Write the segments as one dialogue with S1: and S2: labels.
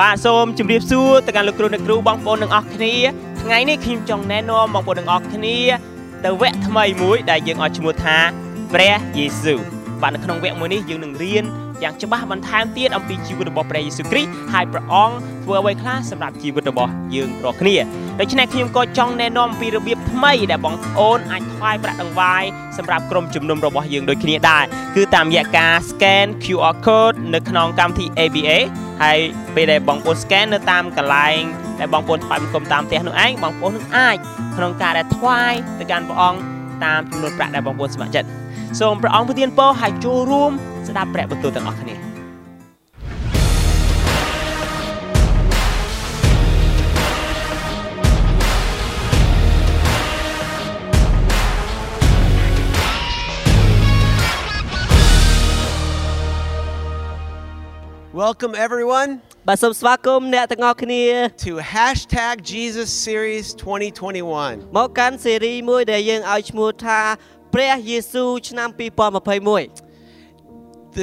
S1: បាទសូមជម្រាបសួរទៅកាន់លោកគ្រូអ្នកគ្រូបងប្អូនទាំងអស់គ្នាថ្ងៃនេះខ្ញុំចង់ណែនាំបងប្អូនទាំងអស់គ្នាទៅវគ្គថ្មីមួយដែលយើងឲ្យឈ្មោះថាព្រះយេស៊ូវបាទនៅក្នុងវគ្គមួយនេះយើងនឹងរៀនយ៉ាងច្បាស់បន្ថែមទៀតអំពីជីវិតរបស់ព្រះយេស៊ូវគ្រីស្ទហើយព្រះអង្គធ្វើអ្វីខ្លះសម្រាប់ជីវិតរបស់យើងរាល់គ្នាដូច្នេះខ្ញុំក៏ចង់ណែនាំអំពីរបៀបថ្មីដែលបងប្អូនអាចថ្វាយប្រាក់ដង្វាយសម្រាប់ក្រុមជំនុំរបស់យើងដូចគ្នាដែរគឺតាមរយៈការ scan QR code នៅក្នុងកម្មវិធី ABA ហើយពេលដែលបងប្អូន scan នៅតាមកន្លែងដែលបងប្អូនថ្វាយបង្គំតាមផ្ទះនោះឯងបងប្អូននឹងអាចក្នុងការដែលថ្វាយទៅកាន់ព្រះអង្គតាមចំនួនប្រាក់ដែលបងប្អូនស្ម័គ្រចិត្តសូមព្រះអង្គប្រទានពរឲ្យចូលរួមស្ដាប់ព្រះបន្ទូលទាំងអស់គ្នា
S2: Welcome, everyone,
S3: បាទសូមស្វាគមន៍អ្នកទាំងអស់គ្នា
S2: to hashtag Jesus Series 2021.
S3: មកកាន់ស៊េរីមួយដែលយើងឲ្យឈ្មោះថាព្រះយេស៊ូវឆ្នាំ2021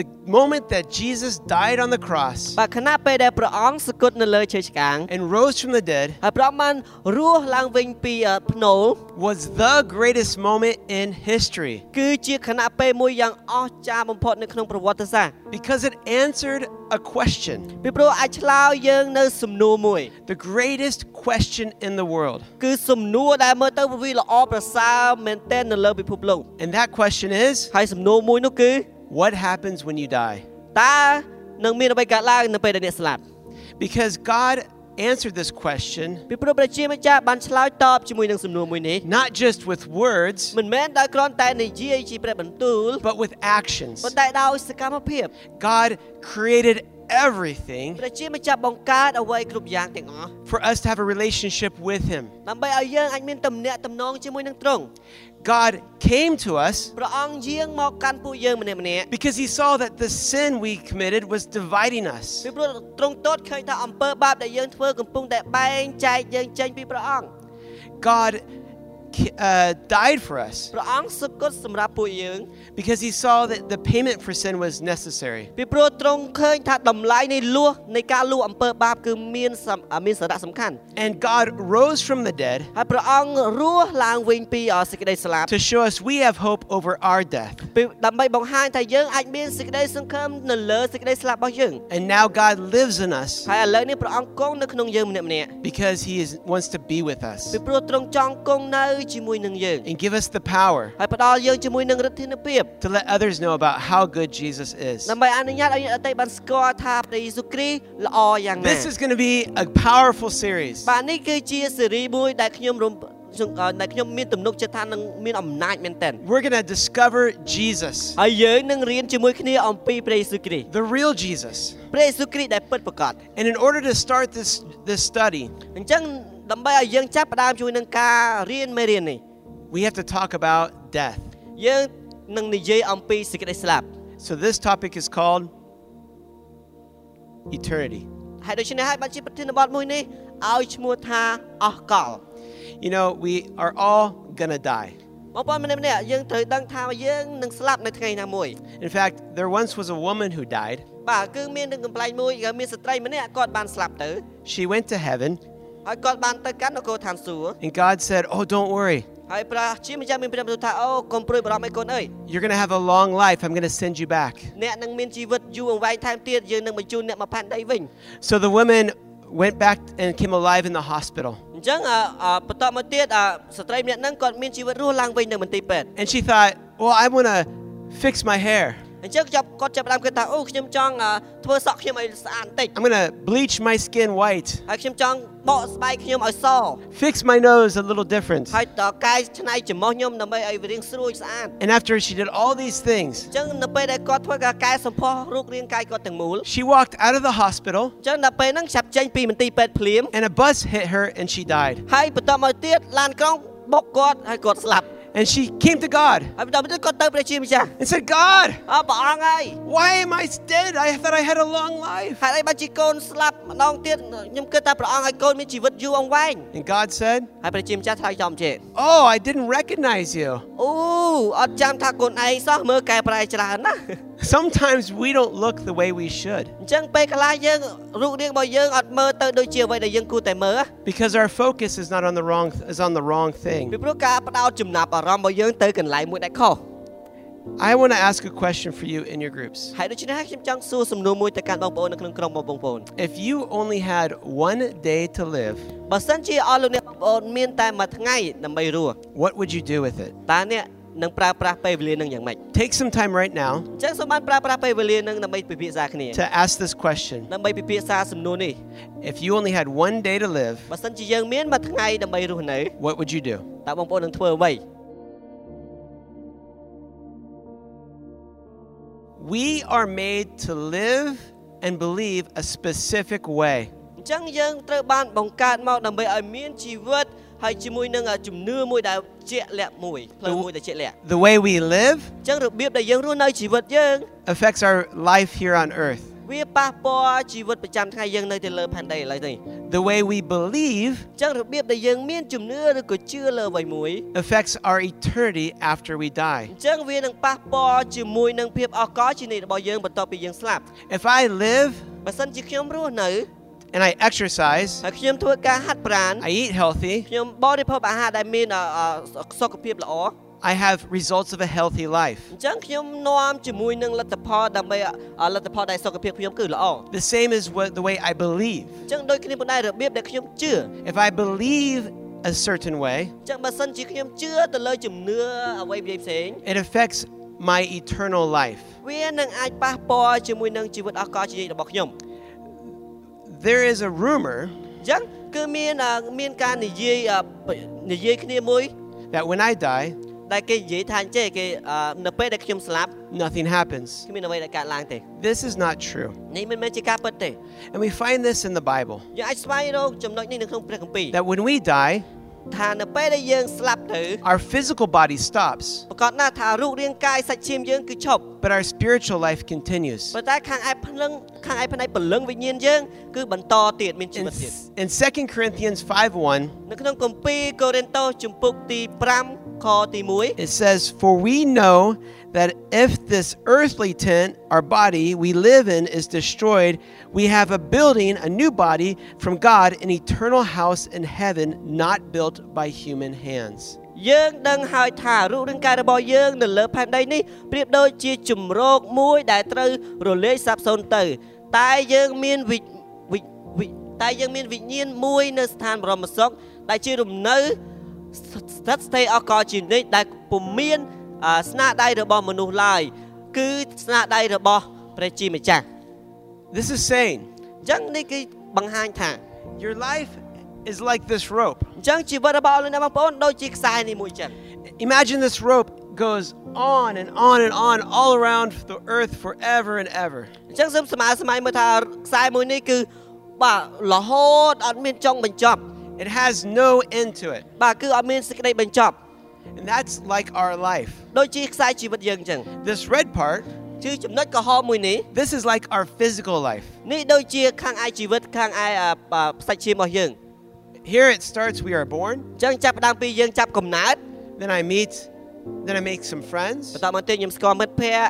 S2: The moment that Jesus died on the cross
S3: បាទខណៈពេលដែលព្រះអង្គសគត់នៅលើឈើឆ្កាង
S2: and rose from the dead
S3: ហើយព្រះអង្គបានរស់ឡើងវិញពីអឺភ្នូល
S2: was the greatest moment in history
S3: គឺជាខណៈពេលមួយយ៉ាងអស្ចារ្យបំផុតនៅក្នុងប្រវត្តិសាស្ត្រ
S2: because it answered a question,
S3: ពីព្រោះអាចឆ្លើយយើងនៅសំណួរមួយ
S2: the greatest question in the world.
S3: គឺសំណួរដែលមើលទៅវាល្អប្រសើរមែនទែននៅលើពិភពលោក
S2: And that question is
S3: ហើយសំណួរមួយនោះគឺ
S2: what happens when you die?
S3: តើនឹងមានអ្វីកើតឡើងនៅពេលដែលអ្នកស្លាប់
S2: Because God answered this question
S3: ពីព្រោះព្រះជាម្ចាស់បានឆ្លើយតបជាមួយនឹងសំណួរមួយនេះ
S2: not just with words,
S3: មិនមែនដោយគ្រាន់តែនិយាយជាព្រះបន្ទូល
S2: but with actions.
S3: ប៉ុន្តែដោយសកម្មភាព
S2: God created everything
S3: ព្រះជាម្ចាស់បង្កើតអ្វីគ្រប់យ៉ាងទាំងអស់
S2: for us to have a relationship with Him.
S3: ដើម្បីឲ្យយើងអាចមានទំនាក់ទំនងជាមួយនឹងទ្រង់
S2: God came to us
S3: ព្រះអង្គយាងមកកាន់ពួកយើងម្នាក់ម្នាក់
S2: because He saw that the sin we committed was dividing us.
S3: ពីព្រោះទ្រង់ទតឃើញថាអំពើបាបដែលយើងធ្វើកំពុងតែបែងចែកយើងចេញពីព្រះអង្គ
S2: God uh, died for us
S3: ព្រះអង្គសុគតសម្រាប់ពួកយើង
S2: because He saw that the payment for sin was necessary.
S3: ពីព្រោះទ្រង់ឃើញថាតម្លៃនៃលួសនៃការលួសអំពើបាបគឺមានសំមានសារៈសំខាន់
S2: And God rose from the dead
S3: ហើយព្រះអង្គរស់ឡើងវិញពីអសេចក្តីស្លាប់
S2: to show us we have hope over our death.
S3: ពីដើម្បីបង្ហាញថាយើងអាចមានសេចក្តីសង្ឃឹមនៅលើសេចក្តីស្លាប់របស់យើង
S2: And now God lives in us
S3: ហើយឥឡូវនេះព្រះអង្គគង់នៅក្នុងយើងម្នាក់ម្នាក់
S2: because He is, wants to be with us
S3: ពីព្រោះទ្រង់ចង់គង់នៅជាមួយនឹងយើង
S2: and give us the power
S3: ហើយផ្ដល់យើងជាមួយនឹងឫទ្ធានុភាព
S2: to let others know about how good Jesus is.
S3: ដើម្បីអនុញ្ញាតឲ្យអ្នកដទៃបានស្គាល់ថាព្រះយេស៊ូវគ្រីស្ទល្អយ៉ាងណា
S2: This is going to be a powerful series.
S3: បាទនេះគឺជាស៊េរីមួយដែលខ្ញុំរំដែលខ្ញុំមានទំនុកចិត្តថានឹងមានអំណាចមែនទែន
S2: We're going to discover Jesus,
S3: ហើយយើងនឹងរៀនជាមួយគ្នាអំពីព្រះយេស៊ូវគ្រីស្ទ
S2: the real Jesus.
S3: ព្រះយេស៊ូវគ្រីស្ទដែលពិតប្រាកដ
S2: And in order to start this this study,
S3: អញ្ចឹងដើម្បីឲ្យយើងចាប់ផ្ដើមជាមួយនឹងការរៀនមេរៀននេះ
S2: we have to talk about death.
S3: យើងនឹងនិយាយអំពីសេចក្តីស្លាប់
S2: So this topic is called eternity.
S3: ហើយដូច្នេះហើយបានជាប្រធានបទមួយនេះឲ្យឈ្មោះថាអស់កល
S2: You know, we are all going to die.
S3: បងប្អូនម្នាក់ម្នាក់យើងត្រូវដឹងថាយើងនឹងស្លាប់នៅថ្ងៃណាមួយ
S2: In fact, there once was a woman who died.
S3: បាទគឺមាននឹងកំប្លែងមួយគឺមានស្ត្រីម្នាក់គាត់បានស្លាប់ទៅ
S2: She went to heaven,
S3: ហើយគាត់បានទៅកាន់នគរឋានសួគ៌
S2: and God said, "Oh, don't worry.
S3: ហើយព្រះជាម្ចាស់មានព្រះបន្ទូលថាអូកុំព្រួយបារម្ភអីកូនអើយ
S2: You're going to have a long life. I'm going to send you back."
S3: អ្នកនឹងមានជីវិតយូរអង្វែងថែមទៀតយើងនឹងបញ្ជូនអ្នកមកផែនដីវិញ
S2: So the woman went back and came alive in the hospital.
S3: អញ្ចឹងអអបន្តមកទៀតអស្ត្រីម្នាក់ហ្នឹងគាត់មានជីវិតរស់ឡើងវិញនៅមន្ទីរពេទ្យ
S2: And she thought, well, I want to fix my hair.
S3: អញ្ចឹងចាប់គាត់ចាប់ផ្ដើមគិតថាអូខ្ញុំចង់អធ្វើសក់ខ្ញុំឲ្យស្អាតបន្តិច
S2: I'm going to bleach my skin white,
S3: ហើយខ្ញុំចង់បកស្បែកខ្ញុំឲ្យស
S2: fix my nose a little different.
S3: ហើយតកាយឆ្នៃច្រមុះខ្ញុំដើម្បីឲ្យវារាងស្រួយស្អាត
S2: And after she did all these
S3: អ
S2: things,
S3: ញ្ចឹងនៅពេលដែលគាត់ធ្វើការកែសម្ផស្សរូបរាងកាយគាត់ទាំងមូល
S2: she walked out of the hospital
S3: អញ្ចឹងដល់ពេលហ្នឹងចាប់ចេញពីមន្ទីរពេទ្យភ្លាម
S2: and a bus hit her and she died.
S3: ហើយបន្តមកទៀតឡានក្រុងបុកគាត់ហើយគាត់ស្លាប់
S2: And she came to God
S3: ហើយបន្តមកទៀតគាត់ទៅព្រះជាម្ចាស់
S2: and said, God,
S3: អើព្រះអង្គហើយ
S2: why am I dead? I thought I had a long life.
S3: ហើយអីបានជាកូនស្លាប់ម្ដងទៀតខ្ញុំគិតថាព្រះអង្គឲ្យកូនមានជីវិតយូរអង្វែង
S2: And God said,
S3: ហើយព្រះជាម្ចាស់ថ្លៃចំជេ
S2: Oh, I didn't recognize you.
S3: អូអត់ចាំថាកូនឯងសោះមើលកែប្រែច្រើនណាស់
S2: Sometimes we don't look the way we should
S3: អញ្ចឹងពេលខ្លះយើងរូបរាងរបស់យើងអត់មើលទៅដូចជាអ្វីដែលយើងគួរតែមើល
S2: because our focus is not on the wrong is on the wrong
S3: ពី
S2: thing.
S3: ព្រោះការផ្ដោតចំណាប់អារម្មណ៍របស់យើងទៅកន្លែងមួយដែលខុស
S2: I want to ask a question for you in your groups.
S3: ហើយដូច្នេះហើយខ្ញុំចង់សួរសំណួរមួយទៅកាន់បងប្អូននៅក្នុងក្រុមរបស់បងប្អូន
S2: If you only had one day to live,
S3: បើសិនជាអស់លោកអ្នកបងប្អូនមានតែមួយថ្ងៃដើម្បីរស់
S2: what would you do with it?
S3: តើអ្នកនឹងប្រើប្រាស់ពេលវេលានឹងយ៉ាងម៉េច
S2: Take some time right now
S3: អញ្ចឹងសូមបានប្រើប្រាស់ពេលវេលានឹងដើម្បីពិភាក្សាគ្នា
S2: to ask this question.
S3: ដើម្បីពិភាក្សាសំណួរនេះ
S2: If you only had one day to live,
S3: បើសិនជាយើងមានមួយថ្ងៃដើម្បីរស់នៅ
S2: what would you do?
S3: តើបងប្អូននឹងធ្វើអ្វី
S2: We are made to live and believe a specific way.
S3: អញ្ចឹងយើងត្រូវបានបង្កើតមកដើម្បីឲ្យមានជីវិតហើយជាមួយនឹងជំនឿមួយដែលជាក់លាក់មួយផ្លូវមួយដែលជាក់លាក់
S2: The way we live
S3: អញ្ចឹងរបៀបដែលយើងរស់នៅជីវិតយើង
S2: affects our life here on earth.
S3: វាប៉ះពាល់ជីវិតប្រចាំថ្ងៃយើងនៅទៅលើផែនដីឥឡូវនេះ
S2: The way we believe
S3: អញ្ចឹងរបៀបដែលយើងមានជំនឿឬក៏ជឿលើអ្វីមួយ
S2: affects our eternity after we
S3: អ
S2: die.
S3: ញ្ចឹងវានឹងប៉ះពាល់ជាមួយនឹងភាពអកលជានិច្ចរបស់យើងបន្ទាប់ពីយើងស្លាប់
S2: If I live
S3: បើសិនជាខ្ញុំរស់នៅ
S2: and I exercise,
S3: ហើយខ្ញុំធ្វើការហាត់ប្រាណ
S2: I eat healthy,
S3: ខ្ញុំបរិភោគអាហារដែលមានអអសុខភាពល្អ
S2: I have results of a healthy life.
S3: អញ្ចឹងខ្ញុំនាំជាមួយនឹងលទ្ធផលដើម្បីអលទ្ធផលដែលសុខភាពខ្ញុំគឺល្អ
S2: The same is what the way I believe.
S3: អញ្ចឹងដូចគ្នាប៉ុន្តែរបៀបដែលខ្ញុំជឿ
S2: If I believe a certain way,
S3: អញ្ចឹងបើសិនជាខ្ញុំជឿទៅលើជំនឿអ្វីផ្សេងៗ
S2: it affects my eternal life.
S3: វានឹងអាចប៉ះពាល់ជាមួយនឹងជីវិតអកលជានិច្ចរបស់ខ្ញុំ
S2: There is a rumor
S3: អញ្ចឹងគឺមានអ่าមានការនិយាយអ่าនិយាយគ្នាមួយ
S2: that when I die,
S3: ដែលគេនិយាយថាអញ្ចេះគេអ่าនៅពេលដែលខ្ញុំស្លាប់
S2: nothing happens.
S3: គ្មានអ្វីដែលកើតឡើងទេ
S2: This is not true.
S3: នេះមិនមែនជាការពិតទេ
S2: And we find this in the Bible
S3: យើងអាចស្វែងរកចំណុចនេះនៅក្នុងព្រះគម្ពីរ
S2: that when we die,
S3: ថានៅពេលដែលយើងស្លាប់ទៅ
S2: our physical body stops,
S3: ប្រកាសណាស់ថារូបរាងកាយសាច់ឈាមយើងគឺឈប់
S2: but our spiritual life continues.
S3: ប៉ុន្តែខាងឯភ្លឹងខាងឯផ្នែកពលឹងវិញ្ញាណយើងគឺបន្តទៀតមានជី
S2: In,
S3: វិតទៀត
S2: in 2 Corinthians 5:1,
S3: នៅក្នុងគម្ពីរកូរិនថូសជំពូកទី5ខទី
S2: It says, For we know that if this earthly tent, our body we live in, is destroyed, we have a building, a new body from God, an eternal house in heaven, not built by human hands.
S3: 1យើងដឹងហើយថារូបរាងកាយរបស់យើងនៅលើផែនដីនេះប្រៀបដូចជាជំរកមួយដែលត្រូវរលាយសាបសូន្យទៅ តែយើងមានវិជ្ជវិជ្ជវិជ្ជតែយើងមានវិញ្ញាណមួយនៅស្ថានបរមសុខដែលជារំនៅស្ថិតស្ថេរអកលជានិច្ចដែលពុំមានអ่าស្នាដៃរបស់មនុស្សឡើយគឺស្នាដៃរបស់ព្រះជាម្ចាស់
S2: This is saying,
S3: អញ្ចឹងនេះគឺបង្ហាញថា
S2: Your life is like this rope.
S3: អញ្ចឹងជីវិតរបស់អស់លោកអ្នកបងប្អូនដូចជាខ្សែនេះមួយអញ្ចឹង
S2: Imagine this rope goes on and on and on all around the earth forever and ever.
S3: អញ្ចឹងសូមស្មារស្មៃមើលថាខ្សែមួយនេះគឺបាទរហូតអត់មានចុងបញ្ចប់
S2: It has no end to it.
S3: បាទគឺអត់មានសេចក្តីបញ្ចប់
S2: And that's like our life.
S3: ដូចជាខ្សែជីវិតយើងអញ្ចឹង
S2: This red part,
S3: គឺចំណុចក្រហមមួយនេះ
S2: this is like our physical life.
S3: នេះដូចជាខាងឯជីវិតខាងឯអ่าអ่าផ្សាច់ឈាមរបស់យើង
S2: Here it starts we are born,
S3: អញ្ចឹងចាប់ផ្ដើមពីយើងចាប់កំណើត
S2: then I meet, then I make some friends.
S3: បន្តមកទៀតខ្ញុំស្គាល់មិត្តភ័ក្តិ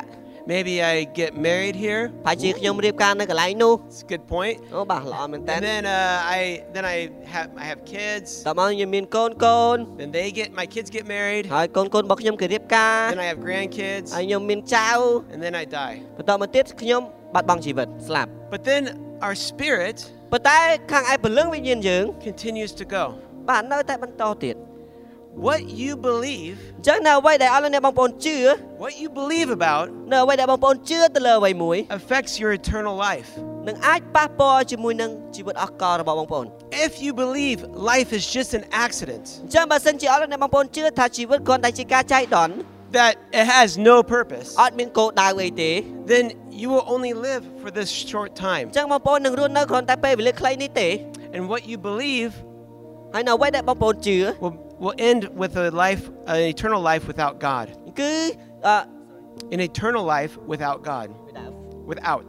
S2: Maybe I get married here.
S3: ប្រហែលជាខ្ញុំរៀបការនៅកន្លែងនោះ
S2: It's a good point.
S3: អូបាទល្អមែនតើ
S2: And then uh, I then I have I have kids.
S3: តមកខ្ញុំមានកូនកូន
S2: Then they get my kids get married.
S3: ហើយកូនកូនរបស់ខ្ញុំគេរៀបការ
S2: Then I have grandkids
S3: ហើយខ្ញុំមានចៅ
S2: and then I die.
S3: បន្តមកទៀតខ្ញុំបាត់បង់ជីវិតស្លាប់
S2: But then our spirit
S3: ប៉ុន្តែខាងឯពលឹងវិញ្ញាណយើង
S2: continues to go.
S3: បាទនៅតែបន្តទៀត
S2: What you believe,
S3: អញ្ចឹងនៅអ្វីដែលអស់លោកអ្នកបងប្អូនជឿ
S2: what you believe about
S3: នៅអ្វីដែលបងប្អូនជឿទៅលើអ្វីមួយ
S2: affects your eternal life.
S3: នឹងអាចប៉ះពាល់ជាមួយនឹងជីវិតអស់កលរបស់បងប្អូន
S2: If you believe life is just an accident,
S3: អញ្ចឹងបើសិនជាអស់លោកអ្នកបងប្អូនជឿថាជីវិតគ្រាន់តែជាការចៃដន្យ
S2: that it has no purpose,
S3: អត់មានគោលដៅអីទេ
S2: then you will only live for this short time.
S3: អញ្ចឹងបងប្អូននឹងរស់នៅគ្រាន់តែពេលវេលាខ្លីនេះទេ
S2: And what you believe
S3: ហើយនៅអ្វីដែលបងប្អូនជឿ
S2: will, will end with a life, an eternal life without God.
S3: គឺអឺ
S2: An eternal life without God. Without.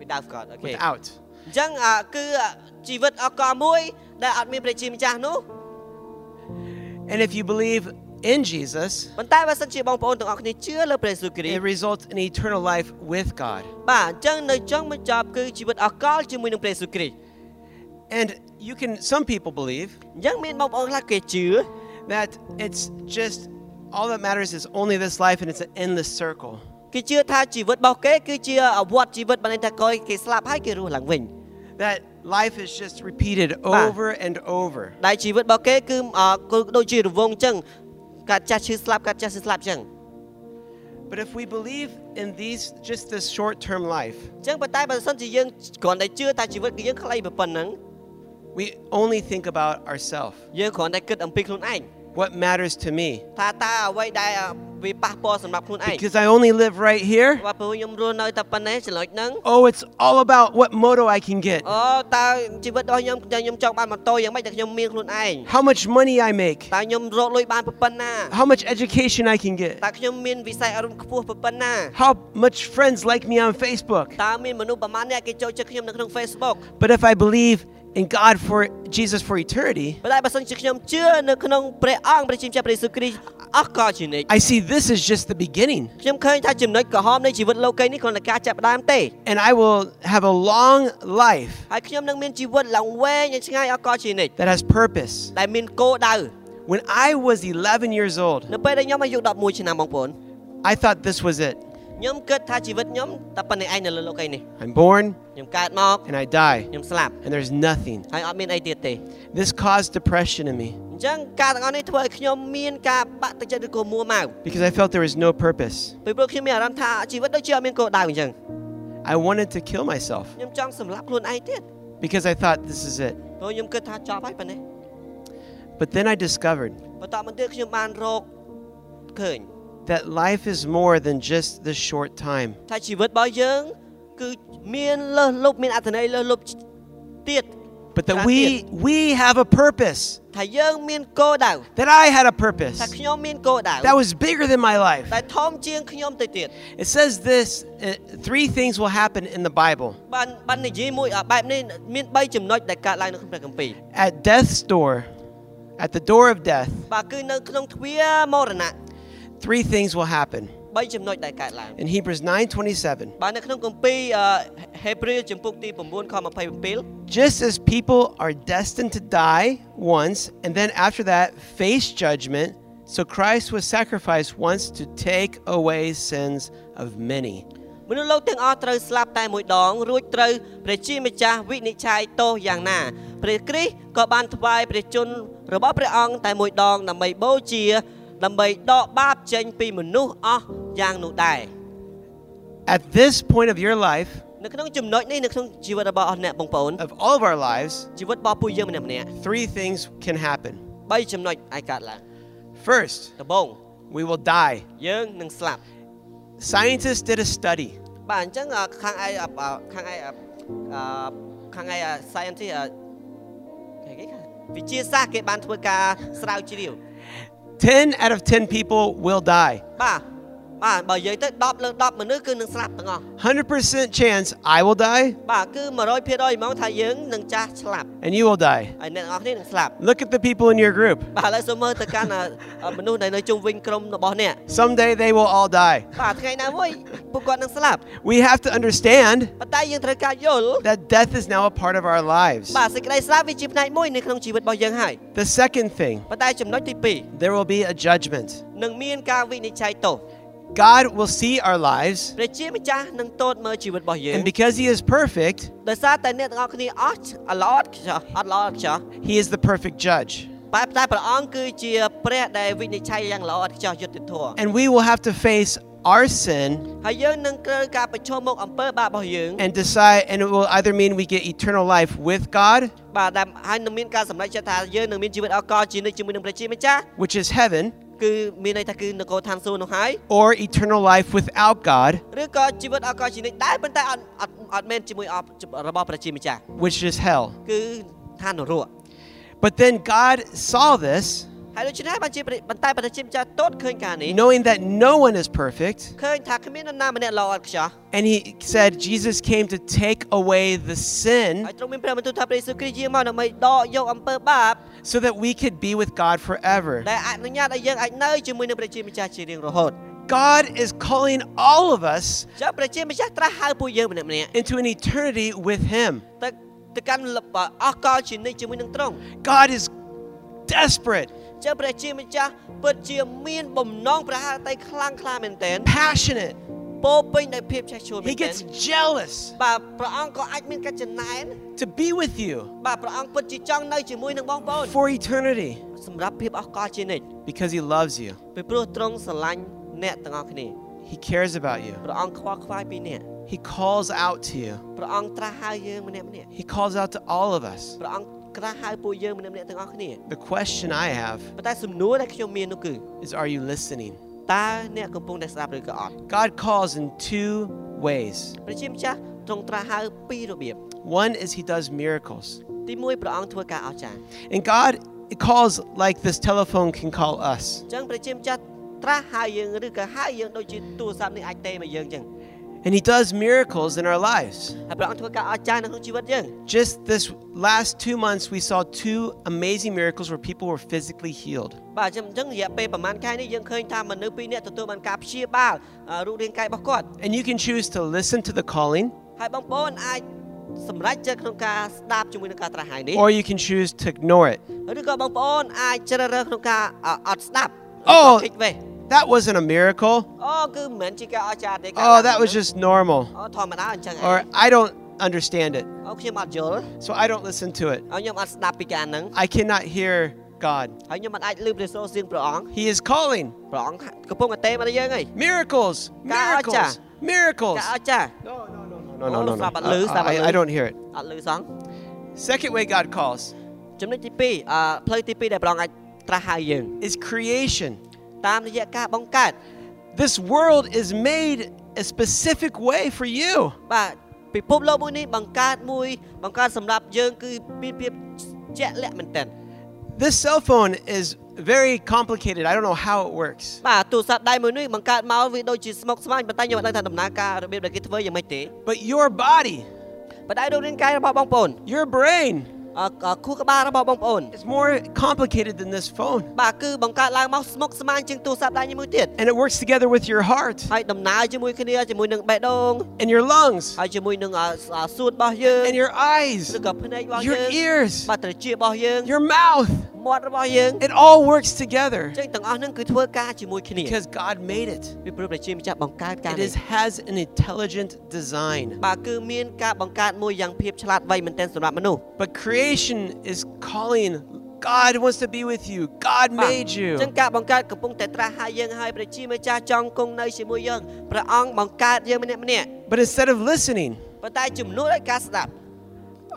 S3: without God អូខេ
S2: Without.
S3: អញ្ចឹងអ่าគឺអ่าជីវិតអស់កលមួយដែលអត់មានព្រះជាម្ចាស់នោះ
S2: And if you believe in Jesus,
S3: ប៉ុន្តែបើសិនជាបងប្អូនទាំងអស់គ្នាជឿលើព្រះយេស៊ូវគ្រី
S2: it
S3: ស្ទ
S2: results in eternal life with God.
S3: បាទអញ្ចឹងនៅចុងបញ្ចប់គឺជីវិតអកលជាមួយនឹងព្រះយេស៊ូវគ្រីស្ទ
S2: And you can, some people believe
S3: អញ្ចឹងមានបងប្អូនខ្លះគេជឿ
S2: that it's just all that matters is only this life and it's an endless circle.
S3: គេជឿថាជីវិតរបស់គេគឺជាអវត្តជីវិតបានន័យថាគេគេស្លាប់ហើយគេរស់ឡើងវិញ
S2: That life is just repeated
S3: Ba.
S2: over and over.
S3: ដែលជីវិតរបស់គេគឺអឺគឺដូចជារង្វង់អញ្ចឹងកាត់ចាស់ឈឺស្លាប់កាត់ចាស់ឈឺស្លាប់អញ្ចឹង
S2: But if we believe in these, just this short term life,
S3: អញ្ចឹងប៉ុន្តែបើសិនជាយើងគ្រាន់តែជឿថាជីវិតគឺយើងខ្លីប៉ុណ្ណឹង
S2: we only think about ourselves.
S3: យើងគ្រាន់តែគិតអំពីខ្លួនឯង
S2: What matters to me?
S3: ថាតើអ្វីដែលអ่ะវាប៉ះពាល់សម្រាប់ខ្លួនឯង
S2: Because I only live right here.
S3: បាទព្រោះខ្ញុំរស់នៅតែប៉ុណ្ណេះចំណុចហ្នឹង
S2: Oh, it's all about what moto I can get,
S3: អូតើជីវិតរបស់ខ្ញុំខ្ញុំចង់បានម៉ូតូយ៉ាងម៉េចតែខ្ញុំមានខ្លួនឯង
S2: how much money I make,
S3: តើខ្ញុំរកលុយបានប៉ុណ្ណា
S2: how much education I can get,
S3: តើខ្ញុំមានវិស័យអរុមខ្ពស់ប៉ុណ្ណា
S2: how much friends like me on Facebook.
S3: តើមានមនុស្សប្រមាណអ្នកគេចូលចិត្តខ្ញុំនៅក្នុង Facebook
S2: But if I believe in God for Jesus for eternity,
S3: ប៉ុន្តែបើសិនជាខ្ញុំជឿនៅក្នុងព្រះអង្គព្រះជាម្ចាស់ព្រះយេស៊ូវគ្រីស្ទអស់កលជានិច្ច
S2: I see this is just the beginning.
S3: ខ្ញុំឃើញថាចំណុចក្រហមនៃជីវិតលោកីយ៍នេះគ្រាន់តែការចាប់ផ្ដើមទេ
S2: And I will have a long life
S3: ហើយខ្ញុំនឹងមានជីវិតឡើងវែងយ៉ាងឆ្ងាយអស់កលជានិច្ច
S2: that has purpose.
S3: ដែលមានគោលដៅ
S2: When I was 11 years old,
S3: នៅពេលដែលខ្ញុំអាយុ11ឆ្នាំបងប្អូន
S2: I thought this was it.
S3: ខ្ញុំគិតថាជីវិតខ្ញុំតែប៉ុណ្្នេះឯងនៅលើលោកីយ៍នេះ
S2: I'm born
S3: ខ្ញុំកើតមក
S2: and I die,
S3: ខ្ញុំស្លាប់
S2: and there's nothing.
S3: ហើយអត់មានអីទៀតទេ
S2: This caused depression in me
S3: អញ្ចឹងការទាំងអស់នេះធ្វើឲ្យខ្ញុំមានការបាក់ទឹកចិត្តឬក៏មួម៉ៅ
S2: because I felt there was no purpose.
S3: ពីព្រោះខ្ញុំមានអារម្មណ៍ថាជីវិតដូចជាអត់មានគោលដៅអញ្ចឹង
S2: I wanted to kill myself
S3: ខ្ញុំចង់សម្លាប់ខ្លួនឯងទៀត
S2: because I thought this is it.
S3: ព្រោះខ្ញុំគិតថាចប់ហើយប៉ុណ្ណេះ
S2: But then I discovered
S3: បន្តមកទៀតខ្ញុំបានរកឃើញ
S2: that life is more than just this short time.
S3: ថាជីវិតរបស់យើងគឺមានលើសលប់មានអត្ថន័យលើសលប់ទៀត
S2: But that
S3: That's
S2: we we have a purpose.
S3: ថាយើងមានគោលដៅ
S2: That I had a
S3: ថា
S2: purpose.
S3: ខ្ញុំមានគោលដៅ
S2: That was bigger than my life.
S3: តែធំជាងខ្ញុំទៅទៀត
S2: It says this uh, three things will happen in the Bible.
S3: បានបាននិយាយមួយអ่ะបែបនេះមាន3ចំណុចដែលកើតឡើងនៅក្នុងព្រះគម្ពីរ
S2: At death's door, at the door of death,
S3: បាទគឺនៅក្នុងទ្វារមរណៈ
S2: three things will happen.
S3: 3ចំណុចដែលកើតឡើង
S2: In Hebrews 9:27,
S3: បាទនៅក្នុងគម្ពីរហេព្រាវជំពូកទី9ខ27
S2: just as people are destined to die once and then after that face judgment, so Christ was sacrificed once to take away sins of many.
S3: មនុស្សលោកទាំងអស់ត្រូវស្លាប់តែមួយដង រួចត្រូវព្រះជាម្ចាស់វិនិច្ឆ័យទោសយ៉ាងណាព្រះគ្រីស្ទក៏បានថ្វាយព្រះជន្មរបស់ព្រះអង្គតែមួយដងដើម្បីបូជា ដើម្បីដកបាបចេញពីមនុស្សអស់យ៉ាងនោះដែរ
S2: At this point of your life,
S3: នៅក្នុងចំណុចនេះនៅក្នុងជីវិតរបស់អស់អ្នកបងប្អូន
S2: of all of our lives,
S3: ជីវិតរបស់ពួកយើងម្នាក់ម្នាក់
S2: three things can happen.
S3: 3ចំណុចអាចកើតឡើង
S2: First,
S3: ដំបូង
S2: we will die.
S3: យើងនឹងស្លាប់
S2: Scientists did a study.
S3: បាទអញ្ចឹងអ่ะខាងឯងអ่ะអ่ะខាងឯងអ่ะអ่ะខាងឯងអ่ะ scientist អ่ะគេគេថាវិទ្យាសាស្ត្រគេបានធ្វើការស្រាវជ្រាវ
S2: 10 out of 10 people will die.
S3: បាទបាទបើនិយាយទៅ10លើ10មនុស្សគឺនឹងស្លាប់ទាំងអស់
S2: 100% chance I will die
S3: បាទគឺ100%ហ្មងថាយើងនឹងចាស់ស្លាប់
S2: and you will die.
S3: ហើយអ្នកទាំងអស់គ្នានឹងស្លាប់
S2: Look at the people in your group.
S3: បាទឥឡូវសូមមើលទៅកាន់អ่ะអ่ะមនុស្សដែលនៅជុំវិញក្រុមរបស់អ្នក
S2: Someday they will all die.
S3: បាទថ្ងៃណាមួយពួកគាត់នឹងស្លាប់
S2: We have to understand
S3: ប៉ុន្តែយើងត្រូវការយល់
S2: that death is now a part of our lives.
S3: បាទសេចក្តីស្លាប់វាជាផ្នែកមួយនៃក្នុងជីវិតរបស់យើងហើយ
S2: The second thing,
S3: ប៉ុន្តែចំណុចទី
S2: there will be a judgment.
S3: 2នឹងមានការវិនិច្ឆ័យទោស
S2: God will see our lives,
S3: ព្រះជាម្ចាស់នឹងទតមើលជីវិតរបស់យើង
S2: and because He is perfect,
S3: ដោយសារតែអ្នកទាំងអស់គ្នាអត់អត់ល្អឥតខ្ចោះអត់ល្អឥតខ្ចោះ
S2: He is the perfect judge.
S3: បែបតែព្រះអង្គគឺជាព្រះដែលវិនិច្ឆ័យយ៉ាងល្អឥតខ្ចោះយុត្តិធម៌
S2: And we will have to face our sin
S3: ហើយយើងនឹងត្រូវការប្រឈមមុខអំពើបាបរបស់យើង
S2: and decide, and it will either mean we get eternal life with God,
S3: បាទដែលហើយនឹងមានការសម្រេចចិត្តថាយើងនឹងមានជីវិតអកលជានិច្ចជាមួយនឹងព្រះជាម្ចាស់
S2: which is heaven,
S3: គឺមានន័យថាគឺនគរឋានសួគ៌នោះហើយ
S2: or eternal life without God,
S3: ឬក៏ជីវិតអកលជានិច្ចដែរប៉ុន្តែអត់អត់អត់មែនជាមួយអបរបស់ព្រះជាម្ចាស់
S2: which is hell.
S3: គឺឋាននរក
S2: But then God saw this,
S3: ហ ហើយដូច្នេះបានជាព្រះបន្តែព្រះជាម្ចាស់ទតឃើញការនេះ
S2: knowing that no one is perfect.
S3: ឃើញថាគ្មាននរណាម្នាក់ល្អឥតខ្ចោះ
S2: And he said Jesus came to take away the sin
S3: ហើយទ្រង់មានព្រះបន្ទូលថាព្រះយេស៊ូវគ្រីស្ទយាងមកដើម្បីដកយកអំពើបាប
S2: so that we could be with God forever.
S3: ដែលអនុញ្ញាតឲ្យយើងអាចនៅជាមួយនឹងព្រះជាម្ចាស់ជារៀងរហូត
S2: God is calling all of us
S3: ចាំព្រះជាម្ចាស់ត្រាស់ហៅពួកយើងម្នាក់ម្នាក់
S2: into an eternity with him.
S3: ទៅទៅកាន់លបអស់កលជានិច្ចជាមួយនឹងទ្រង់
S2: God is desperate,
S3: ចាំព្រះជាម្ចាស់ពិតជាមានបំណងប្រហារតីខ្លាំងខ្លាមែនទែន
S2: passionate.
S3: ពោរពេញដោយភាពចេះជួយមែ
S2: He
S3: នទែន
S2: gets jealous
S3: បាទព្រះអង្គក៏អាចមានការចំណែន
S2: to be with you
S3: បាទព្រះអង្គពិតជាចង់នៅជាមួយនឹងបងប្អូន
S2: for eternity
S3: សម្រាប់ភាពអស់កលជានិច្ច
S2: because he loves you.
S3: ពីព្រោះទ្រង់ស្រឡាញ់អ្នកទាំងអស់គ្នា
S2: He cares about you.
S3: ព្រះអង្គខ្វល់ខ្វាយពីអ្នក
S2: He calls out to you.
S3: ព្រះអង្គត្រាស់ហៅយើងម្នាក់ម្នាក់ៗ
S2: He calls out to all of us.
S3: ព្រះអង្គក្រាស់ហៅពួកយើងម្នាក់ម្នាក់ៗទាំងអស់គ្នា
S2: The question I have
S3: ប៉ុន្តែសំណួរដែលខ្ញុំមាននោះគឺ
S2: is are you listening?
S3: តើអ្នកកំពុងតែស្ដាប់ឬក៏អត់
S2: God calls in two ways.
S3: ព្រះជាម្ចាស់ទ្រង់ត្រាស់ហៅពីររបៀប
S2: One is he does miracles.
S3: ទី1ព្រះអង្គធ្វើការអស្ចារ្យ
S2: And God calls like this telephone can call us.
S3: អញ្ចឹងព្រះជាម្ចាស់ត្រាស់ហៅយើងឬក៏ហៅយើងដូចជាទូរស័ព្ទនេះអាចទេមកយើងអញ្ចឹង
S2: And he does miracles in our lives.
S3: ហើយព្រះអង្គធ្វើការអស្ចារ្យនៅក្នុងជីវិតយើង
S2: Just this last two months, we saw two amazing miracles where people were physically healed.
S3: បាទអញ្ចឹងរយៈពេលប្រហែលខែនេះយើងឃើញថាមនុស្សពីរនាក់ទទួលបានការព្យាបាលអ่าរូបរាងកាយរបស់គាត់
S2: And you can choose to listen to the calling,
S3: ហើយបងប្អូនអាចសម្រេចចិត្តក្នុងការស្ដាប់ជាមួយនឹងការត្រាស់ហៅនេះ
S2: or you can choose to ignore it.
S3: ឬក៏បងប្អូនអាចជ្រើសរើសក្នុងការអ่าអត់ស្ដាប់
S2: អូ
S3: ភិចវិញ
S2: That wasn't a miracle.
S3: អូគឺមិនមែនជាការអស្ចារ្យទេការ
S2: Oh, that was just normal.
S3: អូធម្មតាអញ្ចឹងឯង
S2: Or I don't understand it,
S3: អូខ្ញុំអត់យល់
S2: so I don't listen to it.
S3: ហើយខ្ញុំអត់ស្ដាប់ពីការហ្នឹង
S2: I cannot hear God.
S3: ហើយខ្ញុំមិនអាចលើព្រះសូរសៀងព្រះអង្គ
S2: He is calling.
S3: ព្រះអង្គកំពុងតែទេមកដល់យើងឯង
S2: Miracles, miracles,
S3: Gotcha. Oh,
S2: miracles.
S3: ការអស្ចារ្យ
S2: No, no, no, no.
S3: Stop it,
S2: Uh,
S3: Lou,
S2: uh,
S3: stop it,
S2: I,
S3: Lou.
S2: I don't hear it.
S3: អត់លឺសោះ
S2: Second way God calls
S3: ចំណុចទី2អឺផ្លូវទី2ដែលព្រះអង្គអាចត្រាស់ហៅយើង
S2: is creation.
S3: តាមរយៈការបង្កើត
S2: This world is made a specific way for you.
S3: បាទពិភពលោកមួយនេះបង្កើតមួយបង្កើតសម្រាប់យើងគឺមានភាពជាក់លាក់មែនទែន
S2: This cell phone is very complicated. I don't know how it works,
S3: បាទទូរស័ព្ទដៃមួយនេះបង្កើតមកវាដូចជាស្មុគស្មាញប៉ុន្តែខ្ញុំមិនដឹងថាដំណើរការរបៀបដែលគេធ្វើយ៉ាងម៉េចទេ
S2: but your body,
S3: ប៉ុន្តែរូបរាងកាយរបស់បងប្អូន
S2: your brain,
S3: អឺអឺខួរក្បាលរបស់បងប្អូន
S2: is more complicated than this phone.
S3: បាទគឺបង្កើតឡើងមកស្មុគស្មាញជាងទូរស័ព្ទដៃមួយទៀត
S2: And it works together with your heart
S3: ហើយដំណើរជាមួយគ្នាជាមួយនឹងបេះដូង
S2: and your lungs
S3: ហើយជាមួយនឹងអអសួតរបស់យើង
S2: and your eyes,
S3: ឬក៏ភ្នែករបស់
S2: your
S3: យើង
S2: ears,
S3: បាទត្រចៀករបស់យើង
S2: your mouth.
S3: មាត់របស់យើង
S2: It all works together
S3: ចឹងទាំងអស់ហ្នឹងគឺធ្វើការជាមួយគ្នា
S2: because God made it.
S3: ពីព្រោះប្រជាម្ចាស់បង្កើតការ
S2: It
S3: នេះ
S2: is, has an intelligent design.
S3: បាទគឺមានការបង្កើតមួយយ៉ាងភាពឆ្លាតវៃមែនទែនសម្រាប់មនុស្ស
S2: But creation is calling. God wants to be with you. God
S3: បាទ
S2: made
S3: ចឹង
S2: you.
S3: ការបង្កើតកំពុងតែត្រាស់ហៅយើងហើយប្រជាម្ចាស់ចង់គង់នៅជាមួយយើងព្រះអង្គបង្កើតយើងម្នាក់ម្នាក់
S2: But instead of listening,
S3: ប៉ុន្តែជំនួសឲ្យការស្ដាប់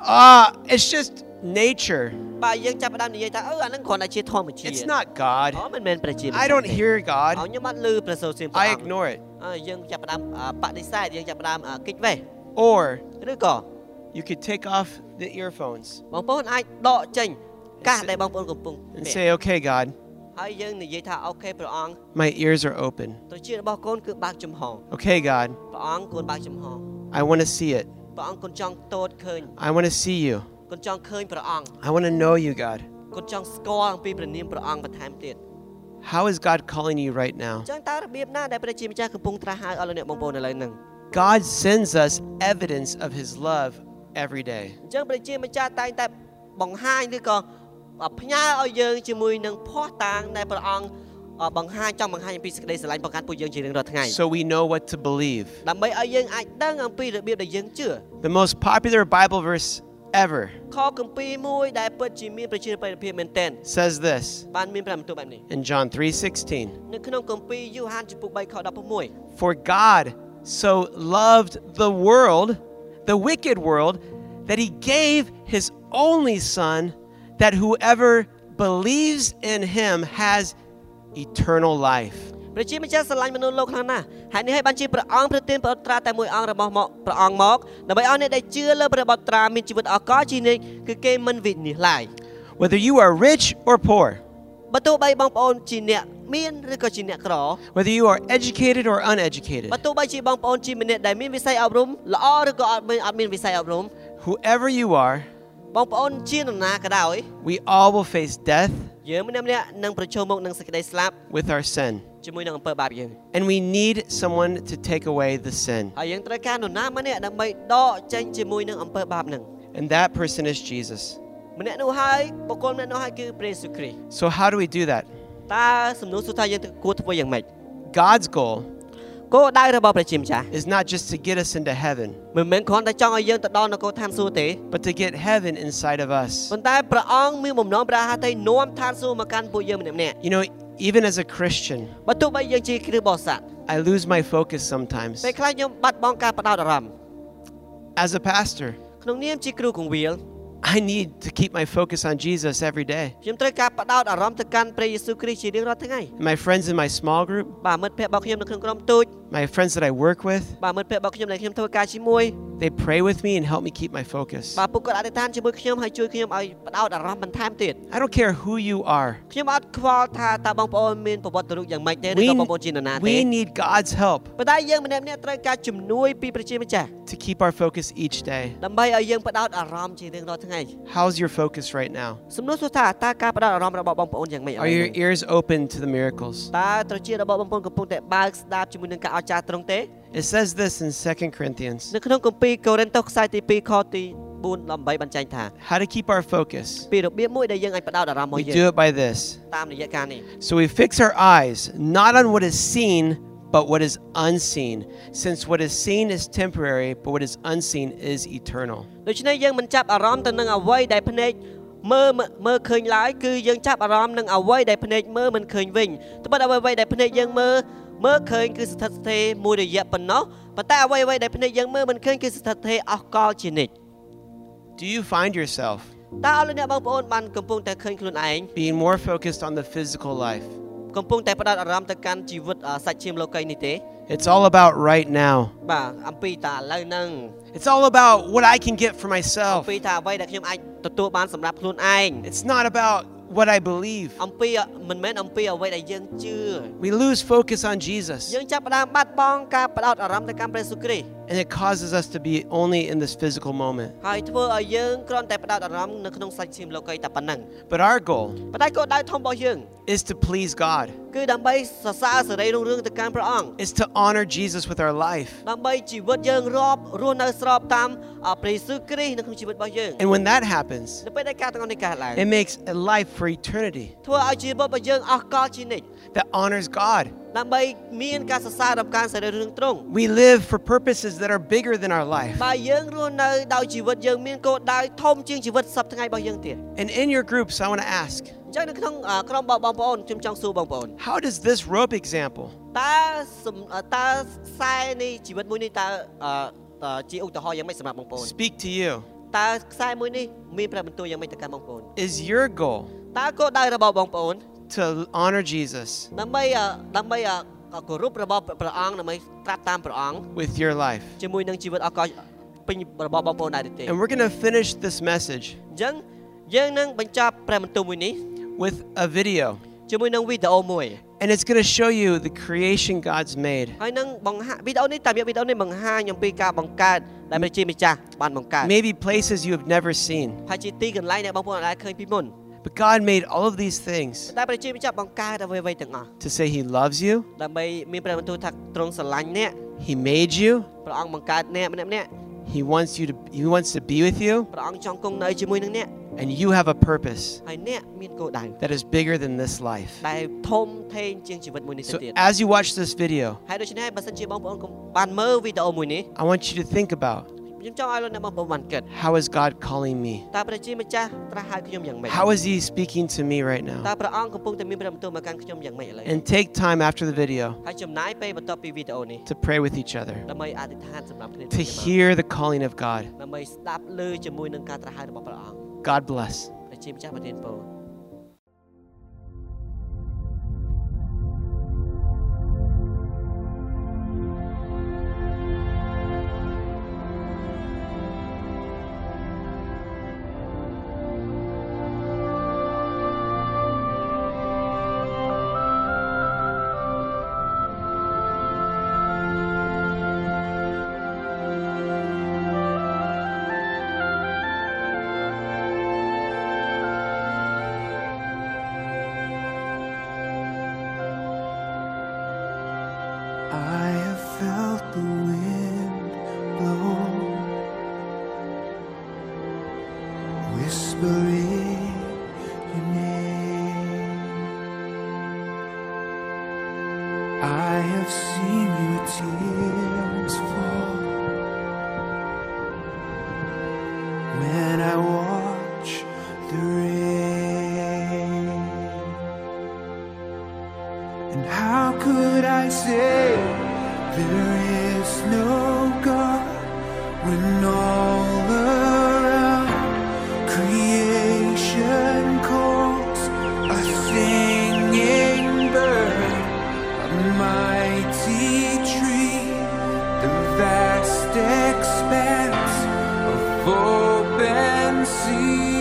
S2: ah, it's just nature.
S3: បាទយើងចាប់ផ្ដើមនិយាយថាអឺអាហ្នឹងគ្រាន់តែជាធម្មជាតិ
S2: It's not God.
S3: អូមិនមែនប្រជាម្ចាស់
S2: I don't
S3: ទេ
S2: hear
S3: អូ
S2: God.
S3: ខ្ញុំអត់ឮព្រះសូរសៀងព្រះ
S2: I
S3: អង្គ
S2: ignore it.
S3: អឺយើងចាប់ផ្ដើមអឺបដិសេធយើងចាប់ផ្ដើមអឺគិចវេះ
S2: Or
S3: ឬក៏
S2: you could take off the earphones
S3: បងប្អូនអាចដកចេញកាសដែលបងប្អូនកំពុង
S2: and
S3: ពាក់
S2: say, okay, God,
S3: ហើយយើងនិយាយថាអូខេព្រះអង្គ
S2: my ears are open.
S3: ត្រចៀករបស់កូនគឺបើកចំហ
S2: Okay, God,
S3: ព្រះអង្គគួរបើកចំហ
S2: I want to see it.
S3: ព្រះអង្គគួរចង់តូតឃើញ
S2: I want to see you.
S3: គួរចង់ឃើញព្រះអង្គ
S2: I want to know you, God.
S3: គួរចង់ស្គាល់អំពីព្រះនាមព្រះអង្គបន្ថែមទៀត
S2: How is God calling you right now?
S3: ចឹងតើរបៀបណាដែលព្រះជាម្ចាស់កំពុងត្រាស់ហៅអស់លោកអ្នកបងប្អូនឥឡូវហ្នឹង
S2: God sends us evidence of his love every day.
S3: អញ្ចឹងព្រះជាម្ចាស់តែងតែបង្ហាញឬក៏ផ្ញើឲ្យយើងជាមួយនឹងភ័ស្តុតាងដែលព្រះអង្គបង្ហាញចង់បង្ហាញអំពីសេចក្តីស្រឡាញ់បង្កើតពួកយើងជារៀងរាល់ថ្ងៃ
S2: So we know what to believe.
S3: ដើម្បីឲ្យយើងអាចដឹងអំពីរបៀបដែលយើងជឿ
S2: The most popular Bible verse ever
S3: ខគម្ពីរមួយដែលពិតជាមានប្រជាប្រិយភាពមែនទែន
S2: says this
S3: បានមានប្រាំបន្ទូលបែបនេះ
S2: in John 3:16.
S3: នៅក្នុងគម្ពីរយូហានចំពុក3ខ16
S2: For God so loved the world, the wicked world, that he gave his only son that whoever believes in him has eternal life.
S3: ព្រះជាម្ចាស់ស្រឡាញ់មនុស្សលោកខ្លាំងណាស់ហើយនេះហើយបានជាព្រះអង្គប្រទានព្រះបុត្រាតែមួយអង្គរបស់មកព្រះអង្គមកដើម្បីឲ្យអ្នកដែលជឿលើព្រះបុត្រាមានជីវិតអកលជានិច្ចគឺគេមិនវិនិច្ឆ័យឡើយ
S2: Whether you are rich or poor,
S3: បើទោះបីបងប្អូនជាអ្នកមានឬក៏ជាអ្នកក្រ
S2: Whether you are educated or uneducated,
S3: បើទោះបីជាបងប្អូនជាម្នាក់ដែលមានវិស័យអប់រំល្អឬក៏អត់មានអត់មានវិស័យអប់រំ
S2: whoever you are,
S3: បងប្អូនជានរណាក៏ដោយ
S2: we all will face death
S3: យើងម្នាក់ម្នាក់ៗនឹងប្រឈមមុខនឹងសេចក្តីស្លាប់
S2: with our sin.
S3: ជាមួយនឹងអំពើបាបយើង
S2: And we need someone to take away the sin.
S3: ហើយយើងត្រូវការនរណាម្នាក់ដើម្បីដកចេញជាមួយនឹងអំពើបាបហ្នឹង
S2: And that person is Jesus.
S3: ម្នាក់នោះហើយបុគ្គលម្នាក់នោះហើយគឺព្រះយេស៊ូវគ្រីស្ទ
S2: So, how do we do that?
S3: តើសំណួរសួរថាយើងគួរធ្វើយ៉ាងម៉េច
S2: God's goal
S3: គោលដៅរបស់ព្រះជាម្ចាស់
S2: is not just to get us into heaven,
S3: មិនមែនគ្រាន់តែចង់ឲ្យយើងទៅដល់នគរឋានសួគ៌ទេ
S2: but to get heaven inside of us.
S3: ប៉ុន្តែព្រះអង្គមានបំណងប្រាថ្នាថានាំឋានសួគ៌មកកាន់ពួកយើងម្នាក់ម្នាក់ៗ
S2: You know, even as a Christian,
S3: បើទោះបីយើងជាគ្រីស្ទបរិស័ទ
S2: I lose my focus sometimes.
S3: ពេលខ្លះខ្ញុំបាត់បង់ការផ្ដោតអារម្មណ៍
S2: As a pastor,
S3: ក្នុងនាមជាគ្រូគង្វាល
S2: I need to keep my focus on Jesus every day.
S3: ខ្ញុំត្រូវការផ្ដោតអារម្មណ៍ទៅកាន់ព្រះយេស៊ូវគ្រីស្ទជារៀងរាល់ថ្ងៃ
S2: My friends in my small group,
S3: បាទមិត្តភក្តិរបស់ខ្ញុំនៅក្នុងក្រុមទូច
S2: my friends that I work with,
S3: បាទមិត្តភក្តិរបស់ខ្ញុំដែលខ្ញុំធ្វើការជាមួយ
S2: they pray with me and help me keep my focus.
S3: បាទពួកគាត់អធិដ្ឋានជាមួយខ្ញុំហើយជួយខ្ញុំឲ្យផ្ដោតអារម្មណ៍បន្ថែមទៀត
S2: I don't care who you are.
S3: ខ្ញុំអត់ខ្វល់ថាតើបងប្អូនមានប្រវត្តិរូបយ៉ាងម៉េចទេឬ
S2: We,
S3: ក៏បងប្អូនជានរណាទេ
S2: we need God's help
S3: ប៉ុន្តែយើងម្នាក់ម្នាក់ត្រូវការជំនួយពីព្រះជាម្ចាស់
S2: to keep our focus each day.
S3: ដើម្បីឲ្យយើងផ្ដោតអារម្មណ៍ជារៀងរាល់ថ្ងៃ
S2: How's your focus right now?
S3: សំណួរសួរថាតើការផ្ដោតអារម្មណ៍របស់បងប្អូនយ៉ាងម៉េចឥឡូ
S2: Are
S3: វ
S2: your
S3: ហ្នឹង
S2: ears open to the miracles?
S3: តើត្រចៀករបស់បងប្អូនកំពុងតែបើកស្ដាប់ជាមួយនឹងការអស្ចារ្យត្រង់ទេ
S2: It says this in 2 Corinthians
S3: នៅក្នុងគម្ពីរកូរិនថូសខ្សែទី2ខទី4ដល់8បញ្ចេញថា
S2: how to keep our focus.
S3: ពីរបៀបមួយដែលយើងអាចផ្ដោតអារម្មណ៍មក
S2: We
S3: យើ
S2: do
S3: ង
S2: it by this.
S3: តាមរយៈការនេះ
S2: So we fix our eyes not on what is seen, but what is unseen, since what is seen is temporary, but what is unseen is eternal.
S3: ដូច្នេះយើងមិនចាប់អារម្មណ៍ទៅនឹងអ្វីដែលភ្នែកមើលមើលឃើញឡើយគឺយើងចាប់អារម្មណ៍នឹងអ្វីដែលភ្នែកមើលមិនឃើញវិញត្បិតអ្វីអ្វីដែលភ្នែកយើងមើលមើលឃើញគឺស្ថិតស្ថេរមួយរយៈប៉ុណ្ណោះប៉ុន្តែអ្វីអ្វីដែលភ្នែកយើងមើលមិនឃើញគឺស្ថិតស្ថេរអស់កលជានិច្ច
S2: Do you find yourself
S3: តើអស់លោកអ្នកបងប្អូនបានកំពុងតែឃើញខ្លួនឯង
S2: being more focused on the physical life?
S3: កំពុងតែផ្ដោតអារម្មណ៍ទៅកាន់ជីវិតអ่าសាច់ឈាមលោកីយ៍នេះទេ
S2: It's all about right now.
S3: បាទអំពីតើឥឡូវហ្នឹង
S2: It's all about what I can get for
S3: អំ
S2: myself.
S3: ពីតើអ្វីដែលខ្ញុំអាចទទួលបានសម្រាប់ខ្លួនឯង
S2: It's not about what I believe.
S3: អំពីមិនមែនអំពីអ្វីដែលយើងជឿ
S2: We lose focus on Jesus,
S3: យើងចាប់ផ្ដើមបាត់បង់ការផ្ដោតអារម្មណ៍ទៅកាន់ព្រះយេស៊ូវគ្រីស្ទ
S2: and it causes us to be only in this physical moment.
S3: ហើយធ្វើឲ្យយើងគ្រាន់តែផ្ដោតអារម្មណ៍នៅក្នុងសាច់ឈាមលោកីយ៍តែប៉ុណ្ណឹង
S2: But our goal
S3: ប៉ុន្តែគោលដៅធំរបស់យើង
S2: is to please God,
S3: គឺដើម្បីសរសើរសេរីរុងរឿងទៅកាន់ព្រះអង្គ
S2: is to honor Jesus with our life.
S3: ដើម្បីជីវិតយើងរាប់រស់នៅស្របតាមអ่าព្រះយេស៊ូវគ្រីស្ទនៅក្នុងជីវិតរបស់យើង
S2: And when that happens,
S3: នៅពេលដែលការទាំងអស់នេះកើតឡើង
S2: it makes a life for eternity
S3: ធ្វើឲ្យជីវិតរបស់យើងអស់កលជានិច្ច
S2: that honors God.
S3: ដើម្បីមានការសរសើររំកានសេរីរឿងត្រង់
S2: We live for purposes that are bigger than our life.
S3: បើយើងរស់នៅដោយជីវិតយើងមានគោលដៅធំជាងជីវិតសពថ្ងៃរបស់យើងទៀត
S2: And in your groups, I want to ask
S3: អញ្ចឹងនៅក្នុងអ่าក្រុមរបស់បងប្អូនខ្ញុំចង់សួរបងប្អូន
S2: how does this rope example
S3: តើសំអ่าតើខ្សែនេះជីវិតមួយនេះតើអ่าតើជាឧទាហរណ៍យ៉ាងម៉េចសម្រាប់បងប្អូន
S2: speak to you?
S3: តើខ្សែមួយនេះមានប្រាប់បន្ទូលយ៉ាងម៉េចទៅកាន់បងប្អូន
S2: Is your goal
S3: តើគោលដៅរបស់បងប្អូន
S2: to honor Jesus
S3: ដើម្បីអ่าដើម្បីអ่าគោរពរបស់ព្រះអង្គដើម្បីត្រាប់តាមព្រះអង្គ
S2: with your life?
S3: ជាមួយនឹងជីវិតអកលពេញរបស់បងប្អូនដែរទេ
S2: And we're going to finish this message
S3: អញ្ចឹងយើងនឹងបញ្ចប់ព្រះបន្ទូលមួយនេះ
S2: with a video.
S3: ជាមួយនឹងវីដេអូមួយ
S2: And it's going to show you the creation God's made.
S3: ហើយនឹងបង្ហាញវីដេអូនេះតាមរយៈវីដេអូនេះបង្ហាញអំពីការបង្កើតដែលព្រះជាម្ចាស់បានបង្កើត
S2: Maybe places you have never seen.
S3: ហើយជាទីកន្លែងដែលបងប្អូនអាចឃើញពីមុន
S2: But God made all of these things
S3: តែព្រះជាម្ចាស់បង្កើតអ្វីៗទាំងអស់
S2: to say He loves you,
S3: ដើម្បីមានព្រះបន្ទូលថាទ្រង់ស្រឡាញ់អ្នក
S2: He made you,
S3: ព្រះអង្គបង្កើតអ្នកម្នាក់ម្នាក់ៗ
S2: He wants you to He wants to be with you,
S3: ព្រះអង្គចង់គង់នៅជាមួយនឹងអ្នក
S2: and you have a purpose
S3: ហើយអ្នកមានគោលដៅ
S2: that is bigger than this life.
S3: ដែលធំធេងជាងជីវិតមួយនេះទៅ
S2: So
S3: ទៀត
S2: as you watch this video,
S3: ហើយដូច្នេះបើសិនជាបងប្អូនកំបានមើលវីដេអូមួយនេះ
S2: I want you to think about
S3: ខ្ញុំចង់ឲ្យលោកអ្នកបងប្អូនបានគិត
S2: how is God calling me?
S3: តើព្រះជាម្ចាស់ត្រាស់ហៅខ្ញុំយ៉ាងម៉េច
S2: How is he speaking to me right
S3: តើ
S2: now?
S3: ព្រះអង្គកំពុងតែមានព្រះបន្ទូលមកកាន់ខ្ញុំយ៉ាងម៉េចឥឡូវ
S2: And take time after the video
S3: ហើយចំណាយពេលបន្ទាប់ពីវីដេអូនេះ
S2: to pray with each other,
S3: ដើម្បីអធិដ្ឋានសម្រាប់គ្នាទៅ
S2: to
S3: វិញទៅមក
S2: hear the calling of God.
S3: ដើម្បីស្ដាប់ឮជាមួយនឹងការត្រាស់ហៅរបស់ព្រះអង្គ
S2: God bless.
S3: ព្រះជាម្ចាស់ប្រទានពរ
S4: អ glory your name. I have seen your tears fall when I watch the rain. And how could I say there is no God when all around creation calls a singing bird, a mighty tree, the vast expanse of open sea?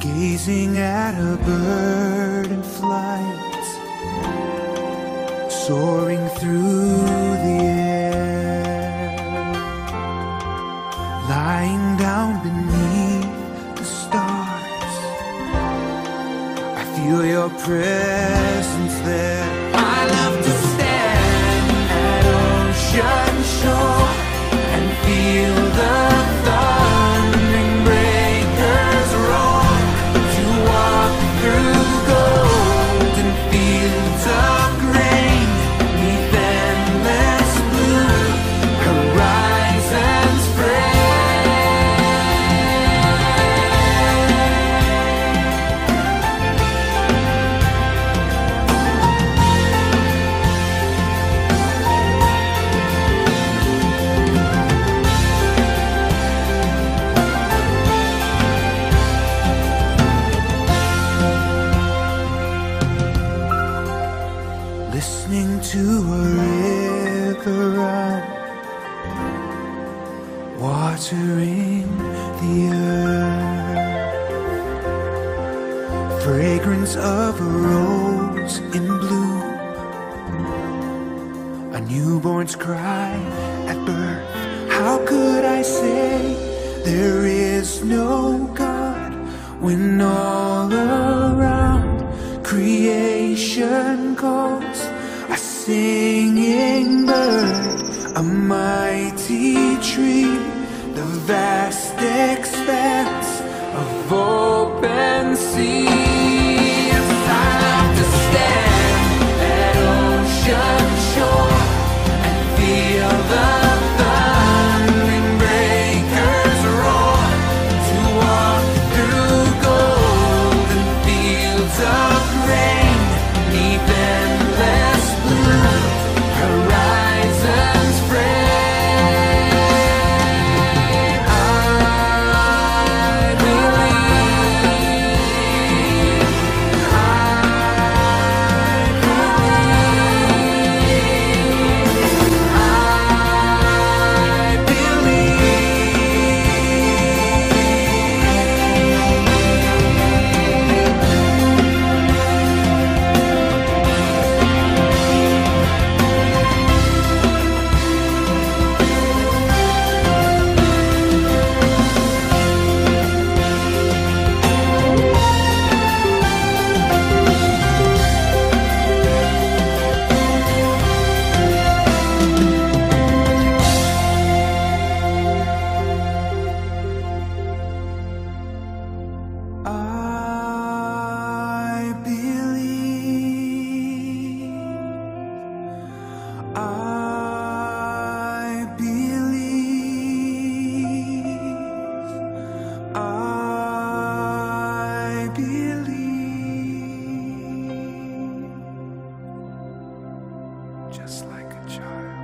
S4: gazing at a bird in flight, soaring through the air, lying down beneath the stars. I feel your presence there. I love to stand at ocean shore and feel the thundering breakers roar. To walk through golden fields of grain, neath endless blue horizons spread. listening to a river run, watering the earth. Fragrance of a rose in bloom, a newborn's cry at birth. How could I say there is no God when all around creation calls a singing bird, a mighty tree, the vast expanse of open sea? Yes, I love to stand at ocean shore and feel the thundering breakers roar. To walk through golden fields of rain, neath endless blue horizons spread. I believe. I believe. I believe. I believe. I believe. Just like a child.